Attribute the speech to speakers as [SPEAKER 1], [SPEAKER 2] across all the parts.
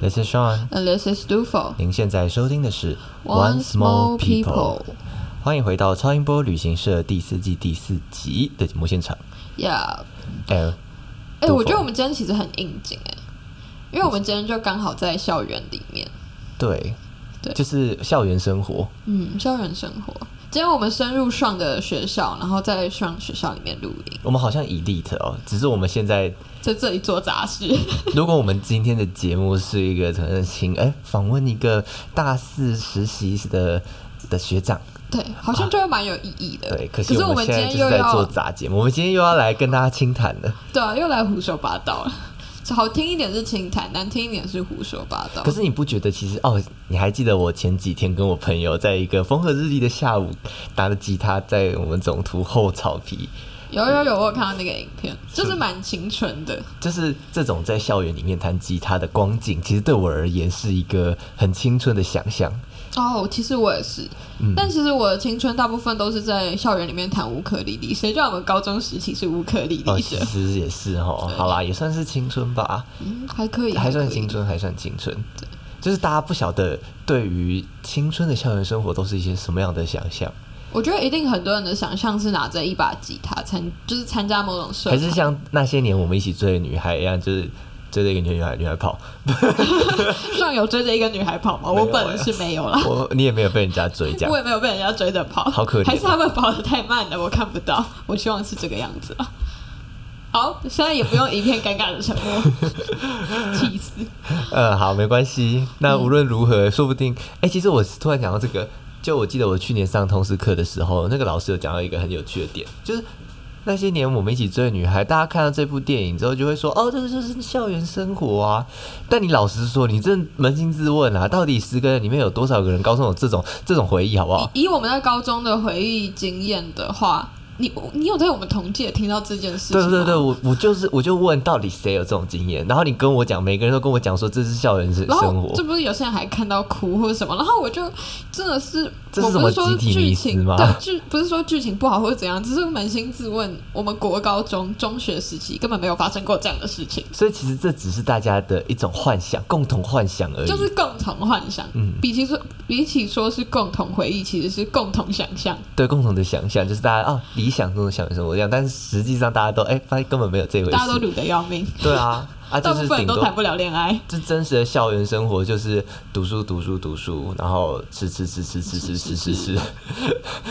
[SPEAKER 1] This is Sean，
[SPEAKER 2] And this is Dufo.
[SPEAKER 1] 您现在收听的是
[SPEAKER 2] Once more people.
[SPEAKER 1] 欢迎回到超音波旅行社第四季第四集的节目现场。
[SPEAKER 2] Yeah，
[SPEAKER 1] 哎、
[SPEAKER 2] 哎、
[SPEAKER 1] Dufo
[SPEAKER 2] 我觉得我们今天其实很应景哎、因为我们今天就刚好在校园里面，
[SPEAKER 1] 对，
[SPEAKER 2] 对
[SPEAKER 1] 就是校园生活，
[SPEAKER 2] 嗯，校园生活。今天我们深入上的学校，然后在上学校里面录音，
[SPEAKER 1] 我们好像 elite 哦，只是我们现在，
[SPEAKER 2] 在这里做杂事。
[SPEAKER 1] 如果我们今天的节目是一个承认请哎访问一个大四实习的的学长，
[SPEAKER 2] 对，好像就会蛮有意义的。
[SPEAKER 1] 啊对，可
[SPEAKER 2] 可
[SPEAKER 1] 惜
[SPEAKER 2] 我
[SPEAKER 1] 我
[SPEAKER 2] 们
[SPEAKER 1] 们
[SPEAKER 2] 今
[SPEAKER 1] 现在
[SPEAKER 2] 天
[SPEAKER 1] 就
[SPEAKER 2] 又
[SPEAKER 1] 是在做
[SPEAKER 2] 要
[SPEAKER 1] 杂节目，我们今天又要来跟大家清谈了。
[SPEAKER 2] 对啊，又来胡说八道了。好听一点是清谈，难听一点是胡说八道
[SPEAKER 1] 可。是你不觉得其实哦？你还记得我前几天跟我朋友在一个风和日丽的下午，拿着吉他在我们总图后草皮，
[SPEAKER 2] 有有有，我有看到那个影片，就是蛮青春的。
[SPEAKER 1] 就是这种在校园里面弹吉他的光景，其实对我而言是一个很青春的想象。
[SPEAKER 2] 哦，其实我也是，但其实我的青春大部分都是在校园里面弹乌克丽丽，谁叫我们高中时期是乌克丽
[SPEAKER 1] 哦，
[SPEAKER 2] 丽
[SPEAKER 1] 其
[SPEAKER 2] 的？
[SPEAKER 1] 实也是哦，好啦，也算是青春吧，
[SPEAKER 2] 嗯，还可以，
[SPEAKER 1] 还
[SPEAKER 2] 可
[SPEAKER 1] 算
[SPEAKER 2] 以
[SPEAKER 1] 青。春，还算青春。就是大家不晓得对于青春的校园生活都是一些什么样的想象，
[SPEAKER 2] 我觉得一定很多人的想象是拿着一把吉他参，就是参加某种社
[SPEAKER 1] 还
[SPEAKER 2] 团。
[SPEAKER 1] 是像那些年我们一起追的女孩一样，就是追着一个女孩女孩跑。
[SPEAKER 2] 上有追着一个女孩跑吗？
[SPEAKER 1] 没有
[SPEAKER 2] 我本人是没有啦，
[SPEAKER 1] 我你也没有被人家追，这
[SPEAKER 2] 我
[SPEAKER 1] 样
[SPEAKER 2] 也没有被人家追着跑，
[SPEAKER 1] 好可怜
[SPEAKER 2] 还是他们跑得太慢了，我看不到。我希望是这个样子啊。好，现在也不用一片尴尬的沉默， 气死！
[SPEAKER 1] 呃，好，没关系。
[SPEAKER 2] 嗯
[SPEAKER 1] 那无论如何，说不定，哎、其实我突然讲到这个，就我记得我去年上通识课的时候，那个老师有讲到一个很有趣的点，就是那些年我们一起追的女孩，大家看到这部电影之后就会说，哦，这个就是校园生活啊。但你老实说，你真扪心自问啊，到底十个人里面有多少个人高中有这种这种回忆，好不好？
[SPEAKER 2] 以以我们在高中的回忆经验的话，你你有在我们同届听到这件事情
[SPEAKER 1] 对
[SPEAKER 2] 吗？
[SPEAKER 1] 对对，。我我就是我就问到底谁有这种经验，然后你跟我讲，每个人都跟我讲说这是校园生
[SPEAKER 2] 然
[SPEAKER 1] 生
[SPEAKER 2] 后
[SPEAKER 1] 活，
[SPEAKER 2] 这不是有些人还看到哭或者什么，然后我就真的是，
[SPEAKER 1] 这是
[SPEAKER 2] 我
[SPEAKER 1] 什
[SPEAKER 2] 不
[SPEAKER 1] 么
[SPEAKER 2] 是说
[SPEAKER 1] 集体
[SPEAKER 2] 剧
[SPEAKER 1] 迷思
[SPEAKER 2] 情
[SPEAKER 1] 吗
[SPEAKER 2] 对剧不是说剧情不好或者怎样，只是扪心自问，我们国高中中学时期根本没有发生过这样的事情，
[SPEAKER 1] 所以其实这只是大家的一种幻想，共同幻想而已。
[SPEAKER 2] 就是共同幻想。
[SPEAKER 1] 嗯
[SPEAKER 2] 比起说比起说是共同回忆，其实是共同想象。
[SPEAKER 1] 对共同的想象，就是大家哦理想中的想象生活这样，但是实际上大家都哎、发现根本没有这回事。
[SPEAKER 2] 大家都卤得要命，
[SPEAKER 1] 对啊， 啊
[SPEAKER 2] 大
[SPEAKER 1] 就
[SPEAKER 2] 部
[SPEAKER 1] 是
[SPEAKER 2] 分人
[SPEAKER 1] 顶
[SPEAKER 2] 都
[SPEAKER 1] 多
[SPEAKER 2] 谈不了恋爱。
[SPEAKER 1] 这真实的校园生活就是读书读书读书，然后吃吃吃吃吃吃吃吃 吃，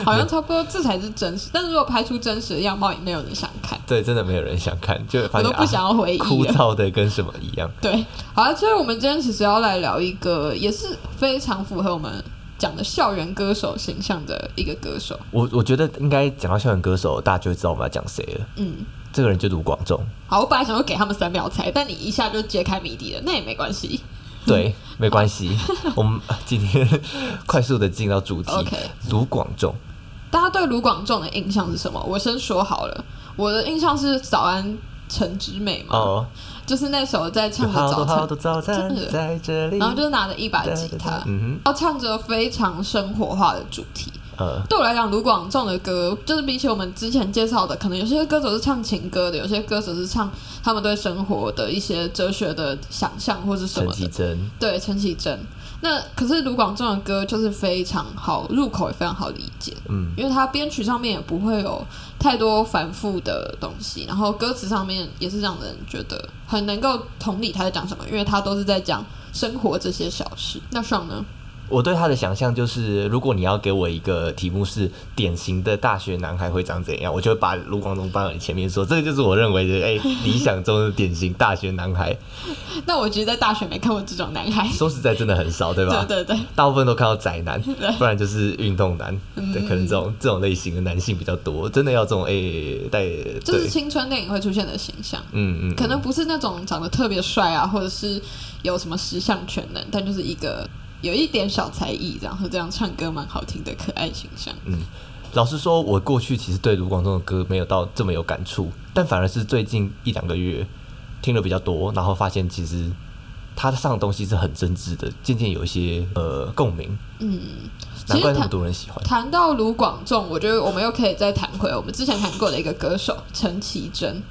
[SPEAKER 2] 好像差不多，这才是真实。但是如果拍出真实的样貌，也没有人想看，
[SPEAKER 1] 对，真的没有人想看，就发
[SPEAKER 2] 我
[SPEAKER 1] 现
[SPEAKER 2] 都不想
[SPEAKER 1] 啊、
[SPEAKER 2] 要回忆
[SPEAKER 1] 枯
[SPEAKER 2] 了。
[SPEAKER 1] 燥的跟什么一样。
[SPEAKER 2] 对，好了，所以我们今天其实要来聊一个也是非常符合我们讲的校园歌手形象的一个歌手。
[SPEAKER 1] 我我觉得应该讲到校园歌手，大家就会知道我们要讲谁了。
[SPEAKER 2] 嗯，
[SPEAKER 1] 这个人就卢广仲，
[SPEAKER 2] 好，我本来想说给他们三秒猜，但你一下就揭开谜底了，那也没关系。
[SPEAKER 1] 对，没关 系，我们呃今天快速的进到主题。
[SPEAKER 2] OK
[SPEAKER 1] 卢广仲，
[SPEAKER 2] 大家对卢广仲的印象是什么？我先说好了，我的印象是早安陈之美嘛，
[SPEAKER 1] 哦，
[SPEAKER 2] 就是那首在唱
[SPEAKER 1] 有
[SPEAKER 2] 的
[SPEAKER 1] 好
[SPEAKER 2] 早
[SPEAKER 1] 多好
[SPEAKER 2] 餐，
[SPEAKER 1] 多早餐
[SPEAKER 2] 真的
[SPEAKER 1] 在这里，
[SPEAKER 2] 然后就是拿着一把
[SPEAKER 1] 哒
[SPEAKER 2] 吉
[SPEAKER 1] 哒哒
[SPEAKER 2] 他，
[SPEAKER 1] 嗯
[SPEAKER 2] 然后唱着非常生活化的主题。
[SPEAKER 1] 哼，呃，
[SPEAKER 2] 对我来讲，卢广仲的歌就是比起我们之前介绍的，可能有些歌手是唱情歌的，有些歌手是唱他们对生活的一些哲学的想象或是什
[SPEAKER 1] 陈
[SPEAKER 2] 么
[SPEAKER 1] 绮
[SPEAKER 2] 的。
[SPEAKER 1] 贞，
[SPEAKER 2] 对，陈绮贞。那可是卢广仲的歌就是非常好入口，也非常好理解，
[SPEAKER 1] 嗯，
[SPEAKER 2] 因为他编曲上面也不会有太多反复的东西，然后歌词上面也是让人觉得很能够同理他在讲什么，因为他都是在讲生活这些小事。那上呢？
[SPEAKER 1] 我对他的想象就是，如果你要给我一个题目是典型的大学男孩会长怎样，我就会把卢广仲搬到你前面说，这个就是我认为的，哎、理想中的典型大学男孩。
[SPEAKER 2] 那我其实在大学没看过这种男孩。
[SPEAKER 1] 说实在，真的很少，对吧？
[SPEAKER 2] 对对对。
[SPEAKER 1] 大部分都看到宅 男，不然就是运动男，
[SPEAKER 2] 嗯
[SPEAKER 1] 对，可能这种这种类型的男性比较多。真的要这种诶，带、
[SPEAKER 2] 就
[SPEAKER 1] 对
[SPEAKER 2] 是，青春电影会出现的形象，
[SPEAKER 1] 嗯嗯，
[SPEAKER 2] 可能不是那种长得特别帅啊，或者是有什么十项全能，但就是一个有一点小才艺，然后这样唱歌蛮好听的可爱形象。
[SPEAKER 1] 老实说，我过去其实对卢广仲的歌没有到这么有感触，但反而是最近一两个月听的比较多，然后发现其实他上的东西是很真挚的，渐渐有一些呃共鸣，
[SPEAKER 2] 嗯，其
[SPEAKER 1] 难
[SPEAKER 2] 实
[SPEAKER 1] 怪那么
[SPEAKER 2] 谈
[SPEAKER 1] 多人喜欢。
[SPEAKER 2] 谈到卢广仲，我觉得我们又可以再谈回我们之前谈过的一个歌手陈绮贞，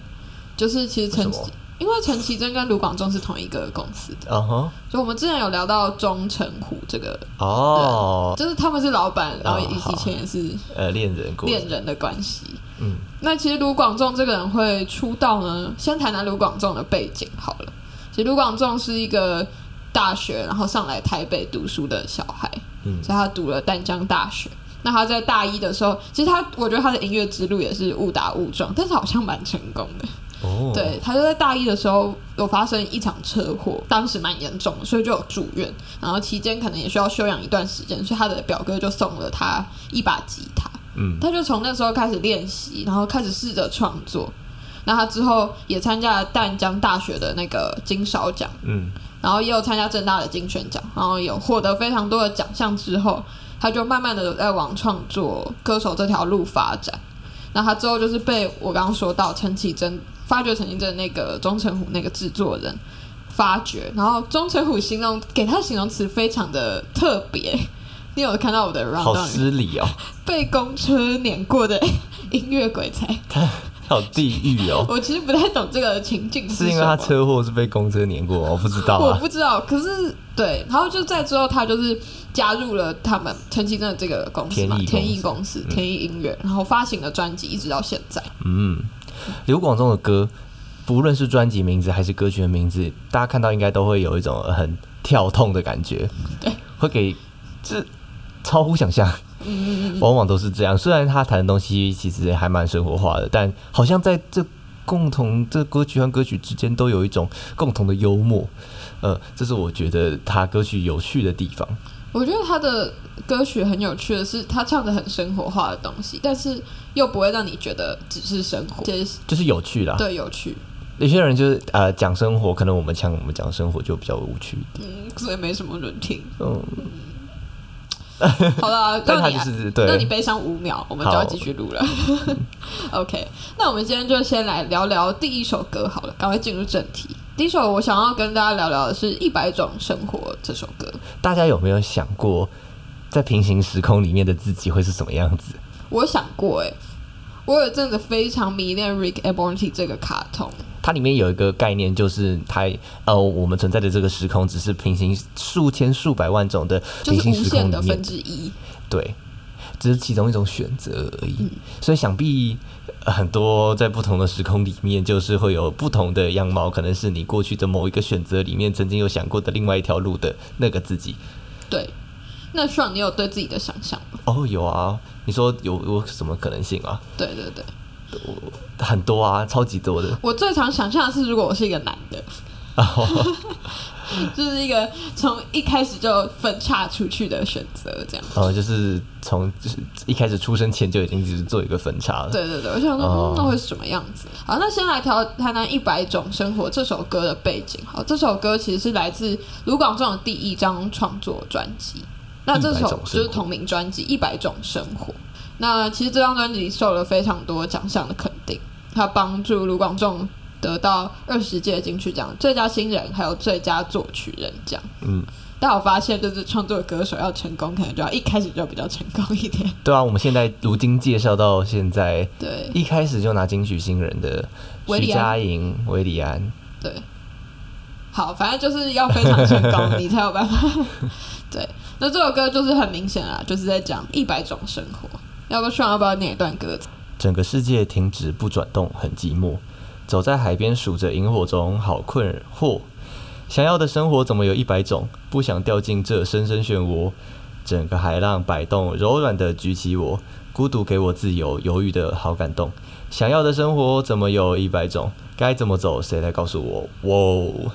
[SPEAKER 2] 就是其实陈
[SPEAKER 1] 为什么，
[SPEAKER 2] 因因为陈绮贞跟卢广仲是同一个公司的，
[SPEAKER 1] 嗯哼，
[SPEAKER 2] 所以我们之前有聊到钟成虎这个，
[SPEAKER 1] 哦，
[SPEAKER 2] 就是他们是老板，然后以
[SPEAKER 1] 哦好
[SPEAKER 2] 以前也是
[SPEAKER 1] 呃，恋人过，
[SPEAKER 2] 恋人的关系。
[SPEAKER 1] 嗯，
[SPEAKER 2] 那其实卢广仲这个人会出道呢，先谈谈卢广仲的背景好了。其实卢广仲是一个大学，然后上来台北读书的小孩，
[SPEAKER 1] 嗯
[SPEAKER 2] 所以他读了淡江大学。那他在大一的时候，其实他我觉得他的音乐之路也是误打误撞，但是好像蛮成功的。
[SPEAKER 1] 哦，
[SPEAKER 2] 对，他就在大一的时候有发生一场车祸，当时蛮严重的，所以就有住院。然后期间可能也需要休养一段时间，所以他的表哥就送了他一把吉他。
[SPEAKER 1] 嗯，
[SPEAKER 2] 他就从那时候开始练习，然后开始试着创作。那他之后也参加了淡江大学的那个金勺奖，
[SPEAKER 1] 嗯
[SPEAKER 2] 然后也有参加正大的金选奖，然后有获得非常多的奖项之后，他就慢慢的在往创作歌手这条路发展。那他之后就是被我刚刚说到陈绮贞发掘陈绮贞那个钟成虎那个制作人发掘，然后钟成虎形容给他的形容词非常的特别。你有看到我的 round
[SPEAKER 1] 好
[SPEAKER 2] down
[SPEAKER 1] 失礼 哦，
[SPEAKER 2] 被公车碾过的 音乐 鬼才。
[SPEAKER 1] 好地狱哦，
[SPEAKER 2] 我其实不太懂这个情境
[SPEAKER 1] 是因
[SPEAKER 2] 什
[SPEAKER 1] 为他，
[SPEAKER 2] 么
[SPEAKER 1] 车祸是被公车碾过吗，我不知道
[SPEAKER 2] 我
[SPEAKER 1] 啊，
[SPEAKER 2] 不知道。可是对，然后就在之后，他就是加入了他们陈绮贞的这个公司嘛，
[SPEAKER 1] 天
[SPEAKER 2] 天
[SPEAKER 1] 翼
[SPEAKER 2] 翼
[SPEAKER 1] 公
[SPEAKER 2] 公司、天翼音乐，然后发行了专辑，一直到现在。
[SPEAKER 1] 嗯，刘广仲的歌，不论是专辑名字还是歌曲的名字，大家看到应该都会有一种很跳痛的感觉，
[SPEAKER 2] 对，嗯
[SPEAKER 1] 会给这超乎想象。往往都是这样，虽然他谈的东西其实还蛮生活化的，但好像在这共同这歌曲和歌曲之间都有一种共同的幽默，呃，这是我觉得他歌曲有趣的地方。
[SPEAKER 2] 我觉得他的歌曲很有趣的是，他唱的很生活化的东西，但是又不会让你觉得只是生
[SPEAKER 1] 啊
[SPEAKER 2] 活，其实
[SPEAKER 1] 就是有趣啦，
[SPEAKER 2] 对有趣，
[SPEAKER 1] 有些人就是呃讲生活，可能我们像我们讲生活就比较无趣一点。
[SPEAKER 2] 嗯，所以没什么人听。
[SPEAKER 1] 嗯，
[SPEAKER 2] 好啦，
[SPEAKER 1] 但
[SPEAKER 2] 让
[SPEAKER 1] 他
[SPEAKER 2] 你啊
[SPEAKER 1] 就是
[SPEAKER 2] 那
[SPEAKER 1] 对，
[SPEAKER 2] 你悲伤五秒，我们就要继续录了。OK，那 我们今天就先来聊聊第一首歌好了，赶快进入正题。第一首我想要跟大家聊聊的是《一百种生活》这首歌，
[SPEAKER 1] 大家有没有想过，在平行时空里面的自己会是什么样子？
[SPEAKER 2] 我想过诶、我有一阵子非常迷恋 Rick and Morty 这个卡通，
[SPEAKER 1] 它里面有一个概念，就是它呃，我们存在的这个时空只是平行数千数百万种的
[SPEAKER 2] 就
[SPEAKER 1] 平
[SPEAKER 2] 是
[SPEAKER 1] 行
[SPEAKER 2] 无
[SPEAKER 1] 时空
[SPEAKER 2] 限
[SPEAKER 1] 里
[SPEAKER 2] 的分
[SPEAKER 1] 面，
[SPEAKER 2] 之一。
[SPEAKER 1] 对，只是其中一种选择而
[SPEAKER 2] 嗯
[SPEAKER 1] 已。所以想必呃很多在不同的时空里面，就是会有不同的样貌，可能是你过去的某一个选择里面曾经有想过的另外一条路的那个自己。
[SPEAKER 2] 对，那 s h a n 你有对自己的想象吗？
[SPEAKER 1] 哦，有啊，你说有有什么可能性啊？
[SPEAKER 2] 对对对，
[SPEAKER 1] 很多啊，超级多的。
[SPEAKER 2] 我最常想象的是，如果我是一个男的，
[SPEAKER 1] 哦
[SPEAKER 2] 就是一个从一开始就分叉出去的选择，这样。
[SPEAKER 1] 呃，就是从就是一开始出生前就已经就是做一个分叉了。
[SPEAKER 2] 对对对，我想说，
[SPEAKER 1] 哦
[SPEAKER 2] 嗯，那会是什么样子？好，那先来调谈谈《一百种生活》这首歌的背景。好，这首歌其实是来自卢广仲的第一张创作专辑，那这
[SPEAKER 1] 100种
[SPEAKER 2] 首
[SPEAKER 1] 生活
[SPEAKER 2] 就是同名专辑《一百种生活》。那其实这张专辑受了非常多奖项的肯定，它帮助卢广仲得到二十届金曲奖最佳新人，还有最佳作曲人奖。
[SPEAKER 1] 嗯，
[SPEAKER 2] 但我发现，就是创作歌手要成功，可能就要一开始就比较成功一点。
[SPEAKER 1] 对啊，我们现在如今介绍到现在，
[SPEAKER 2] 对
[SPEAKER 1] 一开始就拿金曲新人的
[SPEAKER 2] 韦
[SPEAKER 1] 徐
[SPEAKER 2] 礼安
[SPEAKER 1] 佳莹、韦礼安，
[SPEAKER 2] 对，好，反正就是要非常成功，你才有办法。对，那这首歌就是很明显啦，就是在讲一百种生活。要不炫要不要念一段歌词？
[SPEAKER 1] 整个世界停止不转动，很寂寞。走在海边，数着萤火虫，好困惑。想要的生活怎么有一百种？不想掉进这深深漩涡。整个海浪摆动，柔软的举起我，孤独给我自由，犹豫的好感动。想要的生活怎么有一百种？该怎么走？谁来告诉我？哇哦！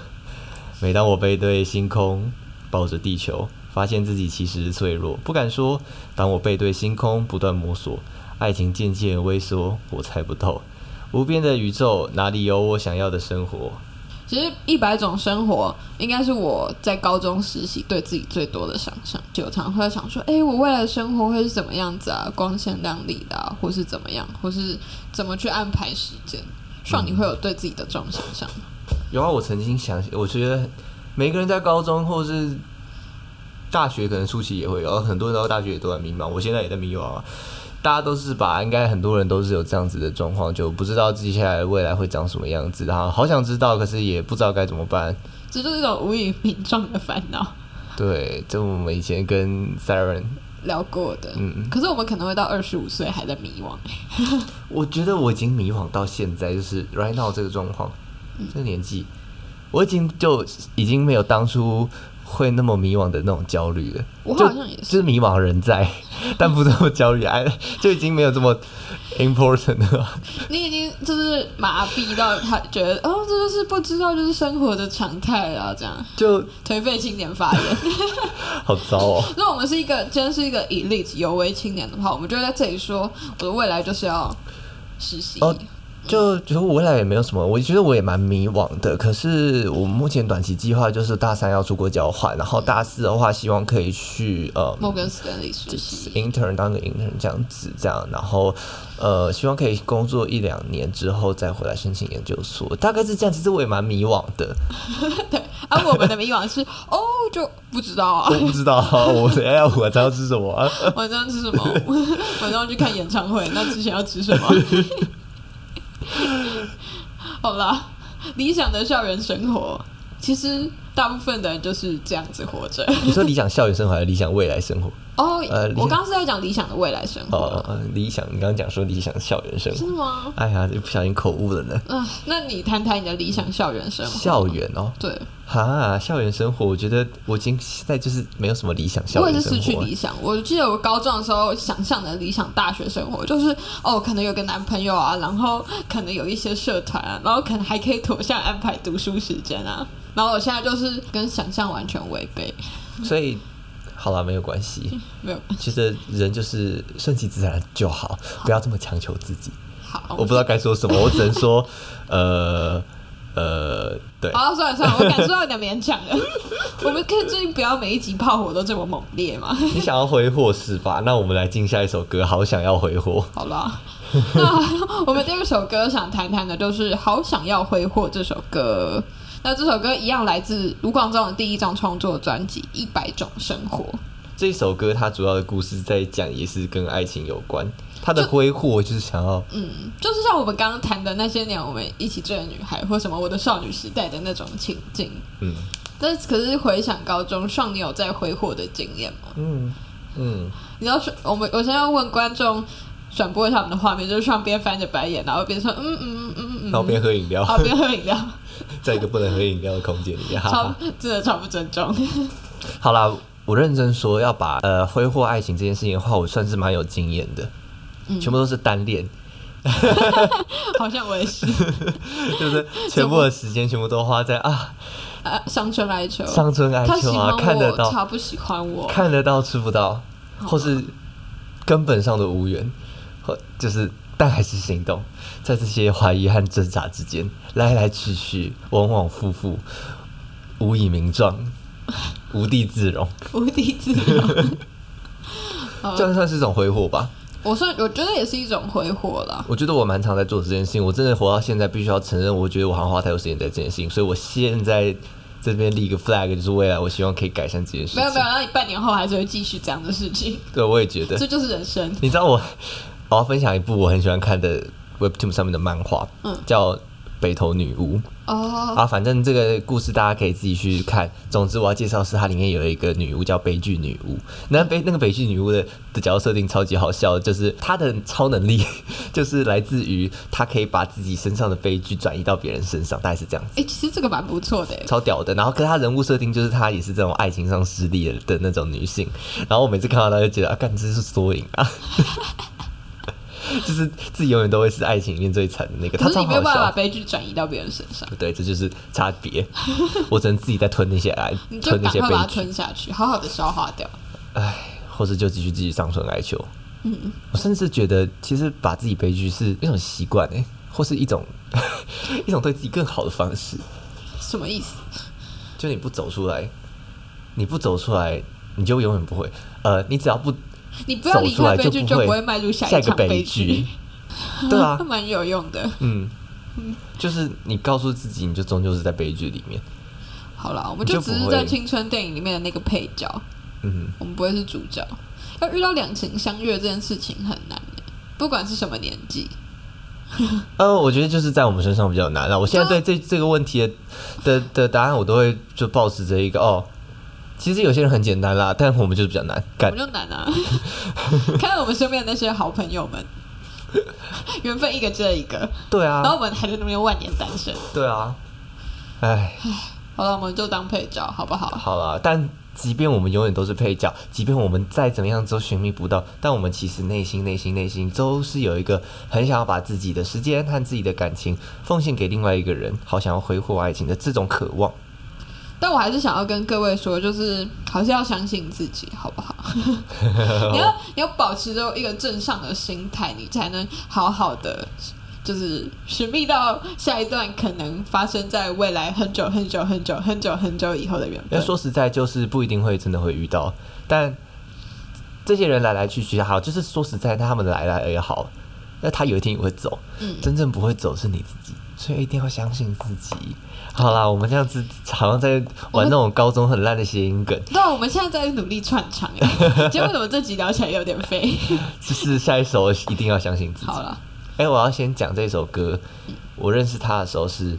[SPEAKER 1] 每当我背对星空，抱着地球，发现自己其实脆弱，不敢说。当我背对星空，不断摸索，爱情渐渐微缩，我猜不透。无边的宇宙，哪里有我想要的生活？
[SPEAKER 2] 其实一百种生活应该是我在高中实习对自己最多的想象，就我常会想说，哎、我未来的生活会是怎么样子啊？光鲜亮丽的、啊，或是怎么样，或是怎么去安排时间？炫，你会有对自己的这种想象吗？
[SPEAKER 1] 有啊，我曾经想，我觉得每个人在高中或是大学可能初期也会有，然后很多人到大学也都很迷茫。我现在也在迷茫啊。大家都是吧，应该很多人都是有这样子的状况，就不知道接下来未来会长什么样子，然后好想知道，可是也不知道该怎么办。
[SPEAKER 2] 这就是一种无以名状的烦恼，
[SPEAKER 1] 对，这我们以前跟 Siren，
[SPEAKER 2] 聊过的。
[SPEAKER 1] 嗯，
[SPEAKER 2] 可是我们可能会到二十五岁还在迷惘，
[SPEAKER 1] 我觉得我已经迷惘到现在，就是 right now 这个状况，
[SPEAKER 2] 嗯
[SPEAKER 1] 这个年纪，我已经就已经没有当初会那么迷惘的那种焦虑了。
[SPEAKER 2] 我
[SPEAKER 1] 就
[SPEAKER 2] 好像也是。
[SPEAKER 1] 就是迷茫人 在，但不这么焦虑，哎，就已经没有这么 important 了。
[SPEAKER 2] 你已经就是麻痹到他觉得哦，这就是不知道就是生活的常态啦，这样
[SPEAKER 1] 就
[SPEAKER 2] 颓废青年发言。
[SPEAKER 1] 好糟哦。
[SPEAKER 2] 如果我们是一个真的是一个 elite 有为青年的话，我们就会在这里说，我的未来就是要实习。
[SPEAKER 1] 哦就觉得我未来也没有什么，我觉得我也蛮迷惘的。可是我目前短期计划就是大三要出国交换，然后大四的话希望可以去呃
[SPEAKER 2] 摩根斯丹利实习，
[SPEAKER 1] intern 当个 intern 这样子，这样，然后呃，希望可以工作一两年之后再回来申请研究所，大概是这样。其实我也蛮迷惘的，
[SPEAKER 2] 而、啊我们的迷惘是哦，就不知道啊
[SPEAKER 1] 我，不知道我等一下要我才要吃什么、啊。
[SPEAKER 2] 晚上吃什么？晚上去看演唱会，那之前要吃什么？好啦，理想的校园生活，其实大部分的人就是这样子活着。
[SPEAKER 1] 你说理想校园生活还是理想未来生活？
[SPEAKER 2] 哦，
[SPEAKER 1] 呃理想
[SPEAKER 2] 我刚刚是在讲理想的未来生活，
[SPEAKER 1] 哦，呃理想，你刚刚讲说理想校园生活
[SPEAKER 2] 真，的吗？
[SPEAKER 1] 哎呀，不小心口误了呢。
[SPEAKER 2] 啊，那你谈谈你的理想校园生活。
[SPEAKER 1] 校园哦，
[SPEAKER 2] 对，
[SPEAKER 1] 哈，校园生活，我觉得我已经现在就是没有什么理想校
[SPEAKER 2] 我也
[SPEAKER 1] 园
[SPEAKER 2] 是
[SPEAKER 1] 生
[SPEAKER 2] 失去
[SPEAKER 1] 活。
[SPEAKER 2] 理想。我记得我高中的时候想象的理想大学生活，就是哦，可能有个男朋友啊，然后可能有一些社团啊，然后可能还可以妥善安排读书时间啊。 然后我现在就是跟想象完全违背，
[SPEAKER 1] 所以，好了，没有关 系。
[SPEAKER 2] 没有
[SPEAKER 1] 觉得人就是顺其自然就好，不要这么强求自己。
[SPEAKER 2] 好。
[SPEAKER 1] 我不知道该说什么，我 只能说，呃呃，对，
[SPEAKER 2] 好、算了算了，我感受到有点勉强了。 我们可以最近不要每一集炮火都这么猛烈嘛？
[SPEAKER 1] 你想要挥霍是吧？那我们来进下一首歌，好想要挥霍。
[SPEAKER 2] 好啦， 那我们第二首歌想谈谈的就是《好想要挥霍》这首歌。那这首歌一样来自卢广仲的第一张创作专辑《一百种生活》。
[SPEAKER 1] 这首歌它主要的故事在讲，也是跟爱情有关。它的挥霍就是想要，
[SPEAKER 2] 嗯，就是像我们刚刚谈的那些年我们一起追的女孩，或什么我的少女时代的那种情境。
[SPEAKER 1] 嗯
[SPEAKER 2] 但是可是回想高中，上你有在挥霍的经验吗？
[SPEAKER 1] 嗯嗯，
[SPEAKER 2] 你要是我们，我现在要问观众转播一下我们的画面，就是上边翻着白眼，然后边说嗯嗯嗯嗯嗯，
[SPEAKER 1] 然后边喝饮料
[SPEAKER 2] 然，后边喝饮料，
[SPEAKER 1] 在一个不能喝饮料的空间里面，哈哈
[SPEAKER 2] 超。真的超不尊重。
[SPEAKER 1] 好啦，我认真说，要把呃挥霍爱情这件事情的话，我算是蛮有经验的，
[SPEAKER 2] 嗯
[SPEAKER 1] 全部都是单恋，
[SPEAKER 2] 好像我也是，
[SPEAKER 1] 就是全部的时间全部都花在啊
[SPEAKER 2] 啊，伤春哀秋，
[SPEAKER 1] 伤春哀
[SPEAKER 2] 他喜
[SPEAKER 1] 秋
[SPEAKER 2] 欢
[SPEAKER 1] 啊，
[SPEAKER 2] 我，
[SPEAKER 1] 看得到
[SPEAKER 2] 他不喜欢我，
[SPEAKER 1] 看得到吃不到，或是根本上的无缘，或就是但还是心动，在这些怀疑和挣扎之间，来来去去，往往复复，无以名 状，无地自容，
[SPEAKER 2] 无地 自容。
[SPEAKER 1] 这算是一种挥霍吧。
[SPEAKER 2] 我算我觉得也是一种挥霍啦。
[SPEAKER 1] 我觉得我蛮常在做这件事情，我真的活到现在，必须要承认，我觉得我好像花太多时间在这件事情，所以我现在这边立一个 flag，就是未来我希望可以改善这件事情。
[SPEAKER 2] 没有没有，那你半年后还是会继续这样的事情，
[SPEAKER 1] 对，我也觉得
[SPEAKER 2] 这。就是人生。
[SPEAKER 1] 你知道我，我要分享一部我很喜欢看的 Webtoon 上面的漫画，
[SPEAKER 2] 嗯
[SPEAKER 1] 叫《北投女巫》。
[SPEAKER 2] 哦，
[SPEAKER 1] 啊，反正这个故事大家可以自己去看。总之，我要介绍是它里面有一个女巫叫悲剧女巫。那悲那个悲剧女巫的的角色设定超级好笑，就是她的超能力 就是来自于她可以把自己身上的悲剧转移到别人身上，大概是这样子。
[SPEAKER 2] 哎，其实这个蛮不错的，
[SPEAKER 1] 超屌的，然后可是她人物设定就是她也是这种爱情上失利的的那种女性，然后我每次看到她就觉得啊，干这是缩影啊， 就是自己永远都会是爱情里面最惨的那个，她
[SPEAKER 2] 可是
[SPEAKER 1] 超
[SPEAKER 2] 你没
[SPEAKER 1] 好
[SPEAKER 2] 有办法把
[SPEAKER 1] 笑，
[SPEAKER 2] 悲剧转移到别人身上，
[SPEAKER 1] 对，这就是差别，我只能自己在吞那些爱
[SPEAKER 2] 你，就
[SPEAKER 1] 吞那
[SPEAKER 2] 赶
[SPEAKER 1] 些
[SPEAKER 2] 快
[SPEAKER 1] 悲
[SPEAKER 2] 把它
[SPEAKER 1] 剧，
[SPEAKER 2] 吞下去，好好的消化掉。
[SPEAKER 1] 唉，或是就继续继续上唇哀求，嗯，我甚至觉得其实把自己悲剧是一种习惯诶，或是一种 一种对自己更好的方式，
[SPEAKER 2] 什么意思？
[SPEAKER 1] 就你不走出来，你不走出来，你就永远不会。呃，你只要不
[SPEAKER 2] 你不要
[SPEAKER 1] 走
[SPEAKER 2] 离
[SPEAKER 1] 出
[SPEAKER 2] 开
[SPEAKER 1] 来，
[SPEAKER 2] 悲剧，就
[SPEAKER 1] 不
[SPEAKER 2] 会迈入下
[SPEAKER 1] 下
[SPEAKER 2] 一
[SPEAKER 1] 一个
[SPEAKER 2] 场悲
[SPEAKER 1] 剧
[SPEAKER 2] 剧，。，
[SPEAKER 1] 对啊
[SPEAKER 2] 蛮有用的。
[SPEAKER 1] 嗯，就是你告诉自己，你就终究是在悲剧里面。
[SPEAKER 2] 好了，我们
[SPEAKER 1] 你
[SPEAKER 2] 就
[SPEAKER 1] 就
[SPEAKER 2] 只
[SPEAKER 1] 不
[SPEAKER 2] 是
[SPEAKER 1] 会
[SPEAKER 2] 在青春电影里面的那个配角。
[SPEAKER 1] 嗯，
[SPEAKER 2] 我们不会是主角。要遇到两情相悦这件事情很难欸，不管是什么年纪，
[SPEAKER 1] 呃，我觉得就是在我们身上比较难啊了。我现在
[SPEAKER 2] 啊
[SPEAKER 1] 对这这个问题的的的答案，我都会就保持着一个哦，其实有些人很简单啦，但我们就是比较难
[SPEAKER 2] 我
[SPEAKER 1] 干
[SPEAKER 2] 们。就难啊。 看我们身边的那些好朋友们，缘分一个接一个，
[SPEAKER 1] 对
[SPEAKER 2] 然后
[SPEAKER 1] 啊，
[SPEAKER 2] 我们还在那边万年单身。
[SPEAKER 1] 对啊，哎，
[SPEAKER 2] 好了，我们就当配角好不好？
[SPEAKER 1] 好啦，但即便我们永远都是配角，即便我们再怎么样都寻觅不到，但我们其实内心、内心、内心都是有一个很想要把自己的时间和自己的感情奉献给另外一个人，好想要挥霍爱情的这种渴望。
[SPEAKER 2] 但我还是想要跟各位说，就是还是要相信自己，好不好？你要你要保持着一个正向的心态，你才能好好的。就是寻觅到下一段可能发生在未来很久很久很久很久很久以后的缘
[SPEAKER 1] 要
[SPEAKER 2] 分。
[SPEAKER 1] 说实在，就是不一定会真的会遇到，但这些人来来去去也好，就是说实在，他们来来也好，那他有一天也会走。
[SPEAKER 2] 嗯
[SPEAKER 1] 真正不会走是你自己，所以一定要相信自己。好啦，我们这样子好像在
[SPEAKER 2] 我
[SPEAKER 1] 玩那
[SPEAKER 2] 们
[SPEAKER 1] 种高中很烂的谐音梗，
[SPEAKER 2] 对啊，我们现在在努力串场 哎，结果怎么这集聊起来有点飞？
[SPEAKER 1] 就是下一首一定要相信自己。
[SPEAKER 2] 好了，
[SPEAKER 1] 哎、我要先讲这首歌，我认识他的时候是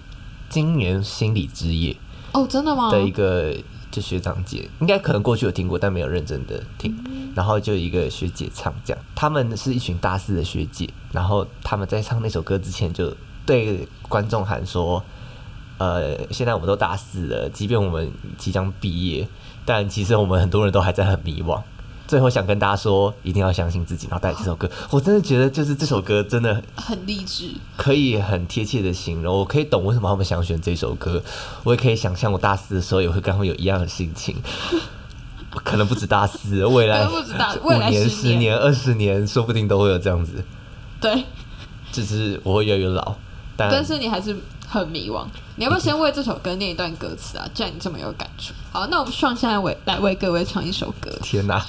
[SPEAKER 1] 今年心理之夜
[SPEAKER 2] 哦，真的吗？
[SPEAKER 1] 的一个就学长姐，应该可能过去有听过，但没有认真的听。然后就有一个学姐唱这样，他们是一群大四的学姐，然后他们在唱那首歌之前就对观众喊说：“呃，现在我们都大四了，即便我们即将毕业，但其实我们很多人都还在很迷惘。”最后想跟大家说，一定要相信自己，然后带这首歌。我真的觉得，就是这首歌真的
[SPEAKER 2] 很励志，
[SPEAKER 1] 可以很贴切的形容，我可以懂为什么他们想选这首歌，我也可以想象我大四的时候也会跟他们有一样的心情。 可能不止大四，未来
[SPEAKER 2] 可能不止大
[SPEAKER 1] 五
[SPEAKER 2] 未来
[SPEAKER 1] 年、
[SPEAKER 2] 十
[SPEAKER 1] 十
[SPEAKER 2] 年
[SPEAKER 1] 年、二十年，说不定都会有这样子。
[SPEAKER 2] 对，
[SPEAKER 1] 只是我会越来越老，但
[SPEAKER 2] 但是你还是很迷惘。你要不要先为这首歌念一段歌词啊？既然你这么有感触，好，那我们上现在为来为各位唱一首歌。
[SPEAKER 1] 天哪、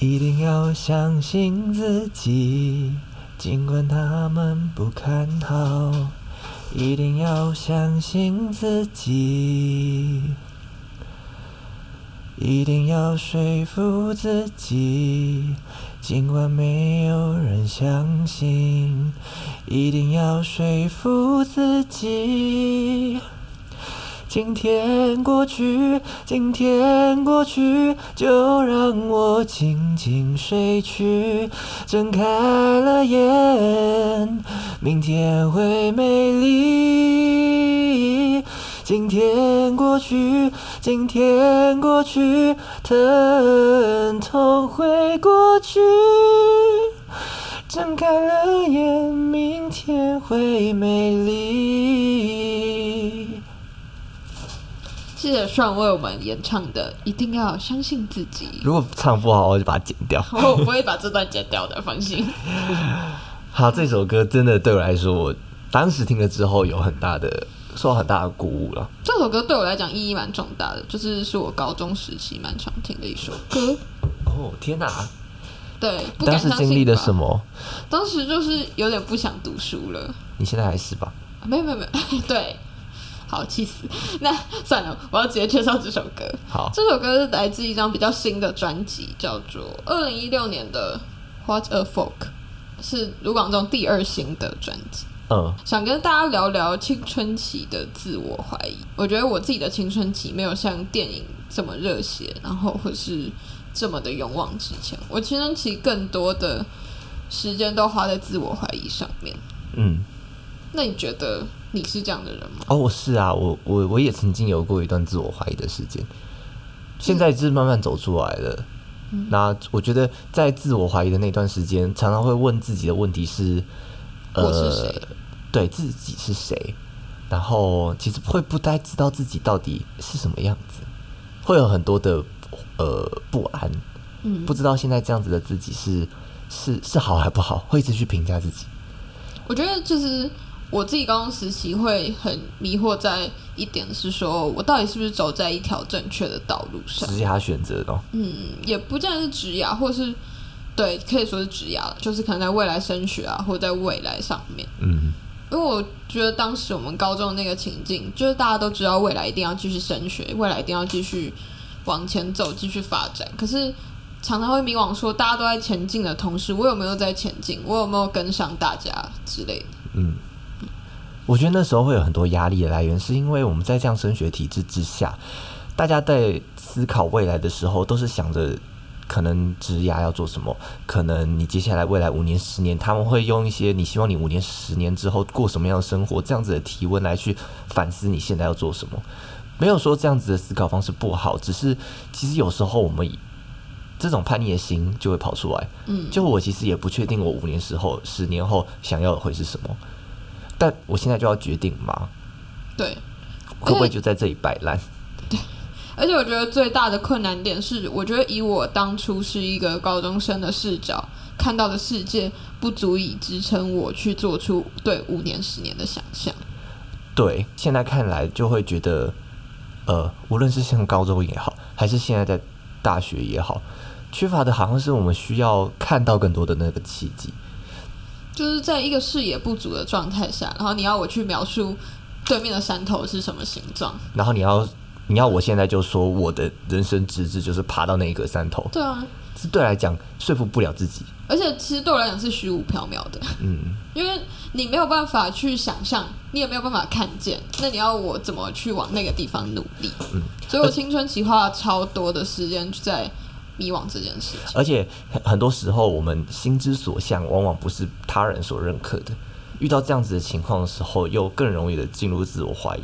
[SPEAKER 1] 一定要相信自己，尽管他们不看好，一定要相信自己，一定要说服自己，尽管没有人相信，一定要说服自己。今天过去，今天过去，就让我静静睡去。睁开了眼，明天会美丽。今天过去，今天过去，疼痛会过去。睁开了眼，明天会美丽。
[SPEAKER 2] 谢谢爽为我们演唱的《一定要相信自己》。哦
[SPEAKER 1] 如果唱不好，我就把它剪掉。
[SPEAKER 2] 我不会把这段剪掉的，放心。
[SPEAKER 1] 好，这首歌真的对我来说，我当时听了之后有很大的受到很大的鼓舞了。
[SPEAKER 2] 这首歌对我来讲意义蛮重大的，就是是我高中时期蛮常听的一首歌。
[SPEAKER 1] 哦，天哪！
[SPEAKER 2] 对，不
[SPEAKER 1] 当
[SPEAKER 2] 敢
[SPEAKER 1] 时
[SPEAKER 2] 相信
[SPEAKER 1] 经历了
[SPEAKER 2] 吧
[SPEAKER 1] 什？么？
[SPEAKER 2] 当时就是有点不想读书了。
[SPEAKER 1] 你现在还是吧？
[SPEAKER 2] 啊没有没有没有， 对，好气死！那算了，我要直接介绍这首歌。
[SPEAKER 1] 好，
[SPEAKER 2] 这首歌是来自一张比较新的专辑，叫做二零一六年的《What a Folk》，是卢广仲第二新的专辑。
[SPEAKER 1] 嗯，
[SPEAKER 2] 想跟大家聊聊青春期的自我怀疑。我觉得我自己的青春期没有像电影这么热血，然后或是这么的勇往直前。我青春期更多的时间都花在自我怀疑上面。
[SPEAKER 1] 嗯，
[SPEAKER 2] 那你觉得你是这样的人吗？
[SPEAKER 1] 哦，我是啊，我我我也曾经有过一段自我怀疑的时间，现在是慢慢走出来了。
[SPEAKER 2] 嗯
[SPEAKER 1] 那我觉得在自我怀疑的那段时间，常常会问自己的问题是：呃
[SPEAKER 2] 我是谁？
[SPEAKER 1] 对自己是谁，然后其实会不太知道自己到底是什么样子，会有很多的呃不安，
[SPEAKER 2] 嗯
[SPEAKER 1] 不，知道现在这样子的自己是是是好还不好，会一直去评价自己。
[SPEAKER 2] 我觉得就是我自己高中时期会很迷惑在一点是说，我到底是不是走在一条正确的道路上？
[SPEAKER 1] 直接他选择的哦，
[SPEAKER 2] 啊嗯，也不见得是职涯，或是对，可以说是职涯，就是可能在未来升学啊，或者在未来上面。
[SPEAKER 1] 嗯，
[SPEAKER 2] 因为我觉得当时我们高中的那个情境，就是大家都知道未来一定要继续升学，未来一定要继续往前走，继续发展。可是常常会迷惘，说大家都在前进的同时，我有没有在前进？我有没有跟上大家之类的？
[SPEAKER 1] 我觉得那时候会有很多压力的来源，是因为我们在这样升学体制之下，大家在思考未来的时候，都是想着可能职涯要做什么，可能你接下来未来五年、十年，他们会用一些你希望你五年、十年之后过什么样的生活这样子的提问来去反思你现在要做什么。没有说这样子的思考方式不好，只是其实有时候我们以这种叛逆的心就会跑出来。嗯，就我其实也不确定我五年时候、十年后想要的会是什么，但我现在就要决定嘛，
[SPEAKER 2] 对，
[SPEAKER 1] 可不可以就在这里摆烂？
[SPEAKER 2] 而且我觉得最大的困难点是，我觉得以我当初是一个高中生的视角看到的世界，不足以支撑我去做出对五年、十年的想象。
[SPEAKER 1] 对，现在看来就会觉得，呃，无论是像高中也好，还是现在在大学也好，缺乏的好像是我们需要看到更多的那个契机。
[SPEAKER 2] 就是在一个视野不足的状态下，然后你要我去描述对面的山头是什么形状？
[SPEAKER 1] 然后你要，你要我现在就说我的人生直至就是爬到那一个山头，
[SPEAKER 2] 对啊，
[SPEAKER 1] 这对来讲说服不了自己。
[SPEAKER 2] 而且其实对我来讲是虚无缥缈的，
[SPEAKER 1] 嗯，
[SPEAKER 2] 因为你没有办法去想象，你也没有办法看见，那你要我怎么去往那个地方努力？所以我青春期花了超多的时间在迷惘这件事情。
[SPEAKER 1] 而且很很多时候我们心之所向，往往不是他人所认可的。遇到这样子的情况的时候，又更容易的进入自我怀疑。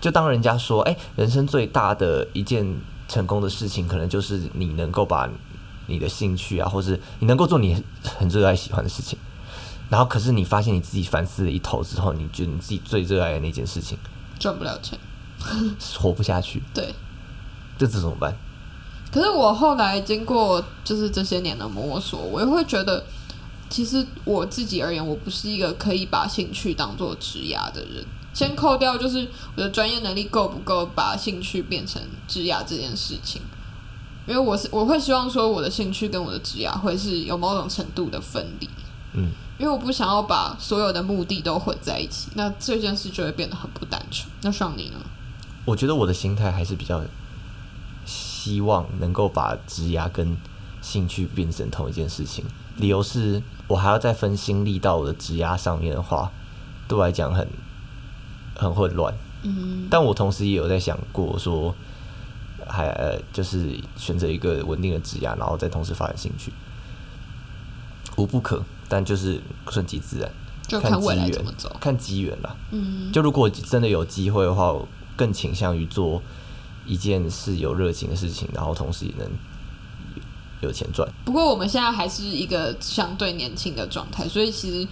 [SPEAKER 1] 就当人家说：“哎、人生最大的一件成功的事情，可能就是你能够把你的兴趣啊，或是你能够做你很热爱、喜欢的事情。”然后，可是你发现你自己反思了一头之后，你觉得你自己最热爱的那件事情
[SPEAKER 2] 赚不了钱。
[SPEAKER 1] 活不下去，
[SPEAKER 2] 对，
[SPEAKER 1] 这次怎么办？
[SPEAKER 2] 可是我后来经过就是这些年的摸索，我也会觉得，其实我自己而言，我不是一个可以把兴趣当做职涯的人。先扣掉就是我的专业能力够不够把兴趣变成职涯这件事情，因为我是我会希望说我的兴趣跟我的职涯会是有某种程度的分离。
[SPEAKER 1] 嗯，
[SPEAKER 2] 因为我不想要把所有的目的都混在一起，那这件事就会变得很不单纯。那上你呢？
[SPEAKER 1] 我觉得我的心态还是比较希望能够把职涯跟兴趣变成同一件事情。理由是我还要再分心力到我的职涯上面的话，对我来讲很很混乱。
[SPEAKER 2] 嗯，
[SPEAKER 1] 但我同时也有在想过说，还、呃、就是选择一个稳定的职涯，然后再同时发展兴趣，无不可，但就是顺其自然，
[SPEAKER 2] 就
[SPEAKER 1] 看
[SPEAKER 2] 看
[SPEAKER 1] 机
[SPEAKER 2] 未来怎
[SPEAKER 1] 缘
[SPEAKER 2] 么走，。
[SPEAKER 1] 看机缘啦。
[SPEAKER 2] 嗯，
[SPEAKER 1] 就如果真的有机会的话，我更倾向于做一件是有热情的事情，然后同时也能有钱赚。
[SPEAKER 2] 不过我们现在还是一个相对年轻的状态，所以其实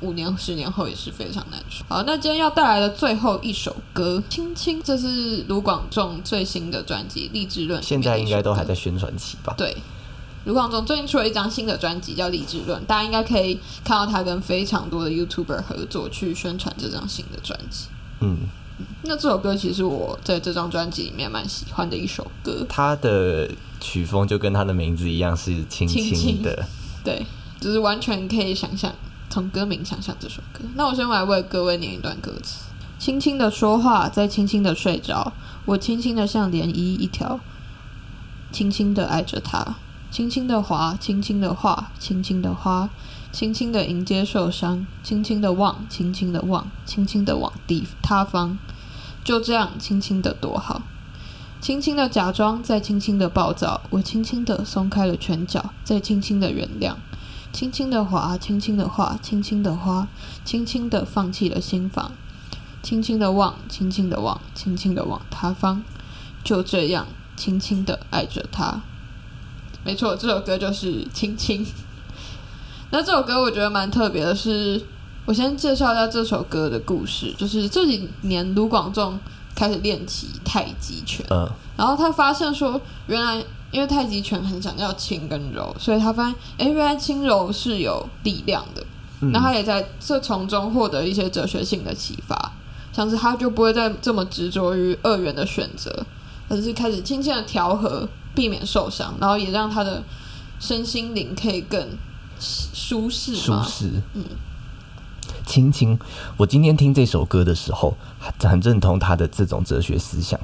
[SPEAKER 2] 五年、十年后也是非常难说。好，那今天要带来的最后一首歌《青青》，这是卢广仲最新的专辑《励志论》里面
[SPEAKER 1] 现
[SPEAKER 2] 的一首歌，
[SPEAKER 1] 在应该都还在宣传期吧？
[SPEAKER 2] 呃对。卢广仲最近出了一张新的专辑叫《励志论》，大家应该可以看到他跟非常多的 YouTuber 合作去宣传这张新的专辑。
[SPEAKER 1] 嗯，
[SPEAKER 2] 那这首歌其实我在这张专辑里面蛮喜欢的一首歌，
[SPEAKER 1] 他的曲风就跟他的名字一样是轻
[SPEAKER 2] 轻
[SPEAKER 1] 轻
[SPEAKER 2] 轻
[SPEAKER 1] 的。
[SPEAKER 2] 对，就是完全可以想象，从歌名想象这首歌。那我先来为各位念一段歌词：轻轻的说话，再轻轻的睡着，我轻轻的像涟漪一条，轻轻的爱着它，轻轻的滑，轻轻的画，轻轻的花，轻轻的迎接受伤，轻轻的望，轻轻的望，轻轻的往地他方，就这样轻轻的多好。轻轻的假装，再轻轻的暴躁，我轻轻的松开了拳脚，再轻轻的原谅，轻轻的滑，轻轻的画，轻轻的花，轻轻的放弃了心房，轻轻的望，轻轻的望，轻轻的往他方，就这样轻轻的爱着他。没错，这首歌就是《轻轻》。那这首歌我觉得蛮特别的是，我先介绍一下这首歌的故事，就是这几年卢广仲开始练习太极拳。
[SPEAKER 1] 呃，
[SPEAKER 2] 然后他发现说，原来因为太极拳很强调轻跟柔，所以他发现，哎，原来轻柔是有力量的。
[SPEAKER 1] 嗯
[SPEAKER 2] 那他也在这从中获得一些哲学性的启发，像是他就不会再这么执着于二元的选择，而是开始轻轻的调和，避免受伤，然后也让他的身心灵可以更舒适
[SPEAKER 1] 舒
[SPEAKER 2] 嘛。
[SPEAKER 1] 适。轻轻，我今天听这首歌的时候，很认同他的这种哲学思想。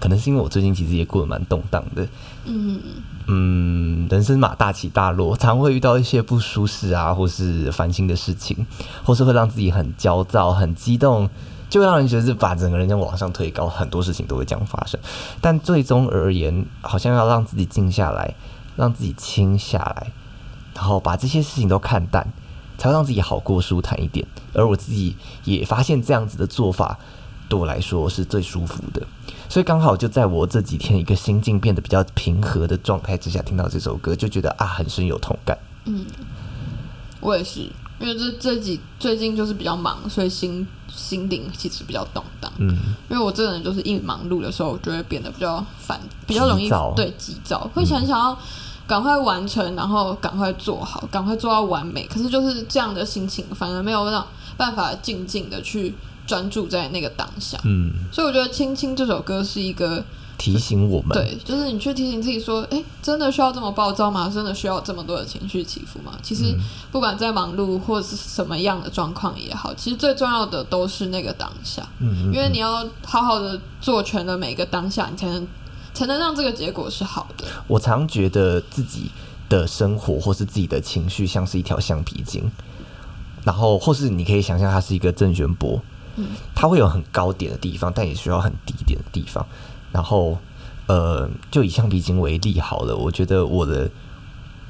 [SPEAKER 1] 可能是因为我最近其实也过得蛮动荡的，
[SPEAKER 2] 嗯，
[SPEAKER 1] 嗯，人生嘛大起大落，常会遇到一些不舒适啊，或是烦心的事情，或是会让自己很焦躁、很激动，就会让人觉得是把整个人就往上推高，很多事情都会这样发生。但最终而言，好像要让自己静下来，让自己轻下来，然后把这些事情都看淡，才会让自己好过、舒坦一点。而我自己也发现这样子的做法对我来说是最舒服的，所以刚好就在我这几天一个心境变得比较平和的状态之下，听到这首歌就觉得啊，很深有同感。
[SPEAKER 2] 我也是，因为这这几最近就是比较忙，所以心心灵其实比较动荡。
[SPEAKER 1] 嗯，
[SPEAKER 2] 因为我这个人就是一忙碌的时候，我就会变得比较烦，比较容易
[SPEAKER 1] 急躁嗯
[SPEAKER 2] 对急躁，会很想要赶快完成，然后赶快做好，赶快做到完美。可是就是这样的心情，反而没有让办法静静的去专注在那个当下。
[SPEAKER 1] 嗯，
[SPEAKER 2] 所以我觉得《青青》这首歌是一个
[SPEAKER 1] 提醒我们，
[SPEAKER 2] 对，就是你去提醒自己说，哎，真的需要这么暴躁吗？真的需要这么多的情绪起伏吗？其
[SPEAKER 1] 嗯
[SPEAKER 2] 实不管在忙碌或是什么样的状况也好，其实最重要的都是那个当下，
[SPEAKER 1] 嗯，嗯
[SPEAKER 2] 因为你要好好的做全了每个当下，你才能才能让这个结果是好的。
[SPEAKER 1] 我常觉得自己的生活或是自己的情绪像是一条橡皮筋，然后或是你可以想象它是一个正弦波，它会有很高点的地方，但也需要很低点的地方。然后，呃，就以橡皮筋为例好了，我觉得我的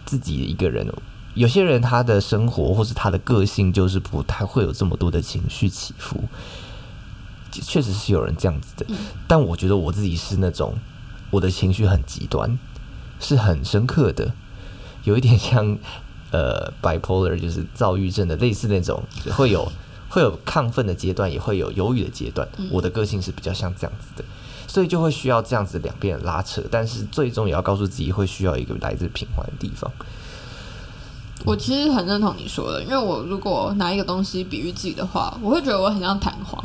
[SPEAKER 1] 自己一个人，有些人他的生活或是他的个性就是不太会有这么多的情绪起伏，确实是有人这样子的。但我觉得我自己是那种我的情绪很极端，是很深刻的，有一点像呃 bipolar，就是躁郁症的类似那种，会有会有亢奋的阶段，也会有忧郁的阶段。我的个性是比较像这样子的，所以就会需要这样子两边的拉扯，但是最终也要告诉自己会需要一个来自平缓的地方。
[SPEAKER 2] 我其实很认同你说的，因为我如果拿一个东西比喻自己的话，我会觉得我很像弹簧，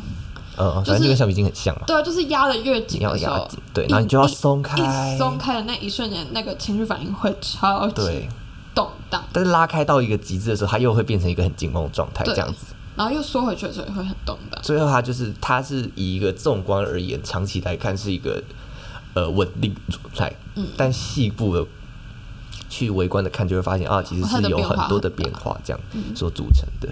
[SPEAKER 1] 呃，
[SPEAKER 2] 就
[SPEAKER 1] 反正
[SPEAKER 2] 是
[SPEAKER 1] 就跟橡皮筋很像嘛，
[SPEAKER 2] 对啊，就是压的越
[SPEAKER 1] 你
[SPEAKER 2] 紧
[SPEAKER 1] 要
[SPEAKER 2] 的时
[SPEAKER 1] 压
[SPEAKER 2] 候
[SPEAKER 1] 紧，，对，
[SPEAKER 2] 一
[SPEAKER 1] 然后你就要
[SPEAKER 2] 一
[SPEAKER 1] 松
[SPEAKER 2] 一
[SPEAKER 1] 开，
[SPEAKER 2] 松开的那一瞬间，那个情绪反应会超级
[SPEAKER 1] 对。
[SPEAKER 2] 动荡。
[SPEAKER 1] 但是拉开到一个极致的时候，它又会变成一个很紧绷的状态，
[SPEAKER 2] 对
[SPEAKER 1] 这样子。
[SPEAKER 2] 然后又缩回去的时候也会很动荡。
[SPEAKER 1] 最后，它就是它是以一个纵观而言，长期来看是一个呃稳定的状态，
[SPEAKER 2] 嗯
[SPEAKER 1] 但细部的去围观的看，就会发现啊，其实
[SPEAKER 2] 它
[SPEAKER 1] 是
[SPEAKER 2] 的
[SPEAKER 1] 有
[SPEAKER 2] 变化
[SPEAKER 1] 很多
[SPEAKER 2] 很
[SPEAKER 1] 的
[SPEAKER 2] 大
[SPEAKER 1] 变化，这样
[SPEAKER 2] 嗯
[SPEAKER 1] 所组成的。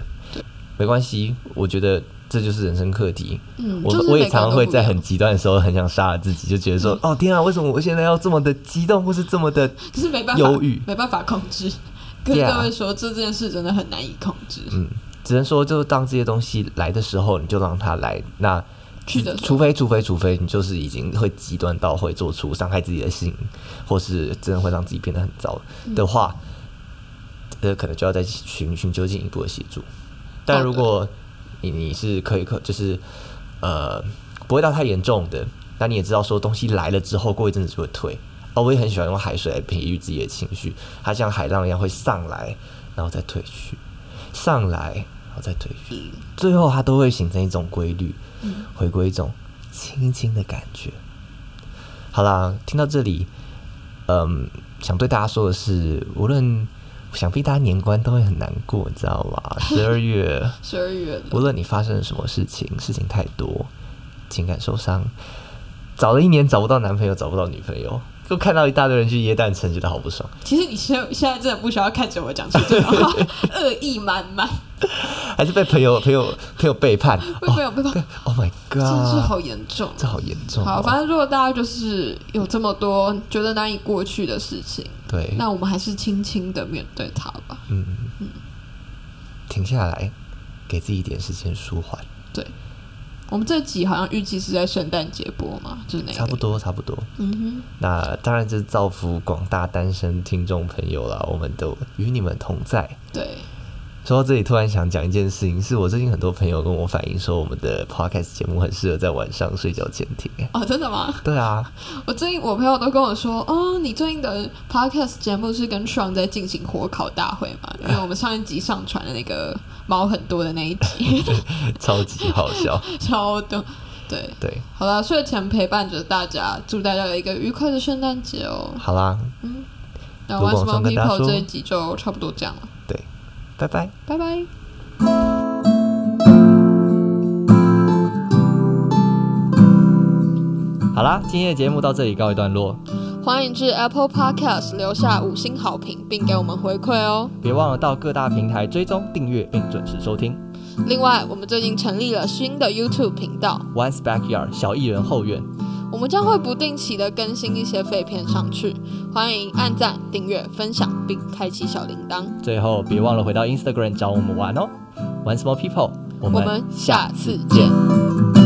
[SPEAKER 1] 没关系，我觉得这就是人生课题。
[SPEAKER 2] 嗯，
[SPEAKER 1] 我
[SPEAKER 2] 就是
[SPEAKER 1] 我
[SPEAKER 2] 每
[SPEAKER 1] 也
[SPEAKER 2] 个人
[SPEAKER 1] 常
[SPEAKER 2] 都
[SPEAKER 1] 会
[SPEAKER 2] 不一
[SPEAKER 1] 在
[SPEAKER 2] 样嗯
[SPEAKER 1] 很极端的时候，很想杀了自己，就觉得说，哦天啊，为什么我现在要这么的激动，或是这么的
[SPEAKER 2] 可是没办法，
[SPEAKER 1] 忧郁
[SPEAKER 2] 没办法控制。跟
[SPEAKER 1] Yeah
[SPEAKER 2] 各位说，这件事真的很难以控制。
[SPEAKER 1] 嗯，只能说就是当这些东西来的时候，你就让它来。那
[SPEAKER 2] 去的时候
[SPEAKER 1] 嗯除非除非除非你就是已经会极端到会做出伤害自己的事情，或是真的会让自己变得很糟的话，
[SPEAKER 2] 嗯
[SPEAKER 1] 呃，可能就要再寻寻求进一步的协助。但
[SPEAKER 2] 好的
[SPEAKER 1] 如果你你是可以可就是呃不会到太严重的，那你也知道说东西来了之后过一阵子就会退。哦，我也很喜欢用海水来培育自己的情绪，它像海浪一样会上来，然后再退去。上来，然后再退去，
[SPEAKER 2] 嗯
[SPEAKER 1] 最后它都会形成一种规律，回归一种轻轻的感觉。好啦，听到这里，嗯，想对大家说的是，无论想必大家年关都会很难过，你知道吗？十二 月，
[SPEAKER 2] 十二月了，
[SPEAKER 1] 无论你发生了什么事情，事情太多，情感受伤，找了一年找不到男朋友，找不到女朋友，又看到一大堆人去耶诞城，觉得好不爽。
[SPEAKER 2] 其实你现现在真的不需要看着我讲出这种 话，恶意满满，
[SPEAKER 1] 还是被朋友朋友朋友背叛。
[SPEAKER 2] 会没 有办法，真
[SPEAKER 1] Oh my god！
[SPEAKER 2] 是好严重。
[SPEAKER 1] 这好严重、哦。
[SPEAKER 2] 好，反正如果大家就是有这么多觉得难以过去的事情，
[SPEAKER 1] 对，
[SPEAKER 2] 那我们还是轻轻的面对它吧。
[SPEAKER 1] 嗯，停下来，给自己一点时间舒缓，
[SPEAKER 2] 对，我们这集好像预计是在圣诞节播嘛，就是那个
[SPEAKER 1] 差不。多，差不多。
[SPEAKER 2] 嗯
[SPEAKER 1] 那当然，就是造福广大单身听众朋友啦，我们都与你们同在。
[SPEAKER 2] 哼，对，
[SPEAKER 1] 说到这里，突然想讲一件事情，是我最近很多朋友跟我反映说，我们的 podcast 节目很适合在晚上睡觉前听。哎
[SPEAKER 2] 哦，真的吗？
[SPEAKER 1] 对啊，
[SPEAKER 2] 我最近我朋友都跟我说，哦，你最近的 podcast 节目是跟 Sean 在进行火烤大会嘛？因为我们上一集上传的那个毛很多的那一集，
[SPEAKER 1] 超级好笑。
[SPEAKER 2] 超多。对，
[SPEAKER 1] 对，
[SPEAKER 2] 好了，睡前陪伴着大家，祝大家有一个愉快的圣诞节哦。
[SPEAKER 1] 好啦，
[SPEAKER 2] 那
[SPEAKER 1] 卢广
[SPEAKER 2] Once More
[SPEAKER 1] 仲跟大家
[SPEAKER 2] People
[SPEAKER 1] 说
[SPEAKER 2] 这一集就差不多这样了，
[SPEAKER 1] 对，拜拜。
[SPEAKER 2] 拜拜。
[SPEAKER 1] 好啦，今天的节目到这里告一段落，
[SPEAKER 2] 欢迎至 Apple Podcast 留下五星好评，并给我们回馈哦。
[SPEAKER 1] 别忘了到各大平台追踪、订阅并准时收听。
[SPEAKER 2] 另外，我们最近成立了新的 YouTube 频道，
[SPEAKER 1] Once Backyard 小艺人后院，
[SPEAKER 2] 我们将会不定期的更新一些废片上去，欢迎按赞、订阅、分享，并开启小铃铛。
[SPEAKER 1] 最后别忘了回到 Instagram 找我们玩哦。Once more people，我
[SPEAKER 2] 我
[SPEAKER 1] 们
[SPEAKER 2] 们下次见。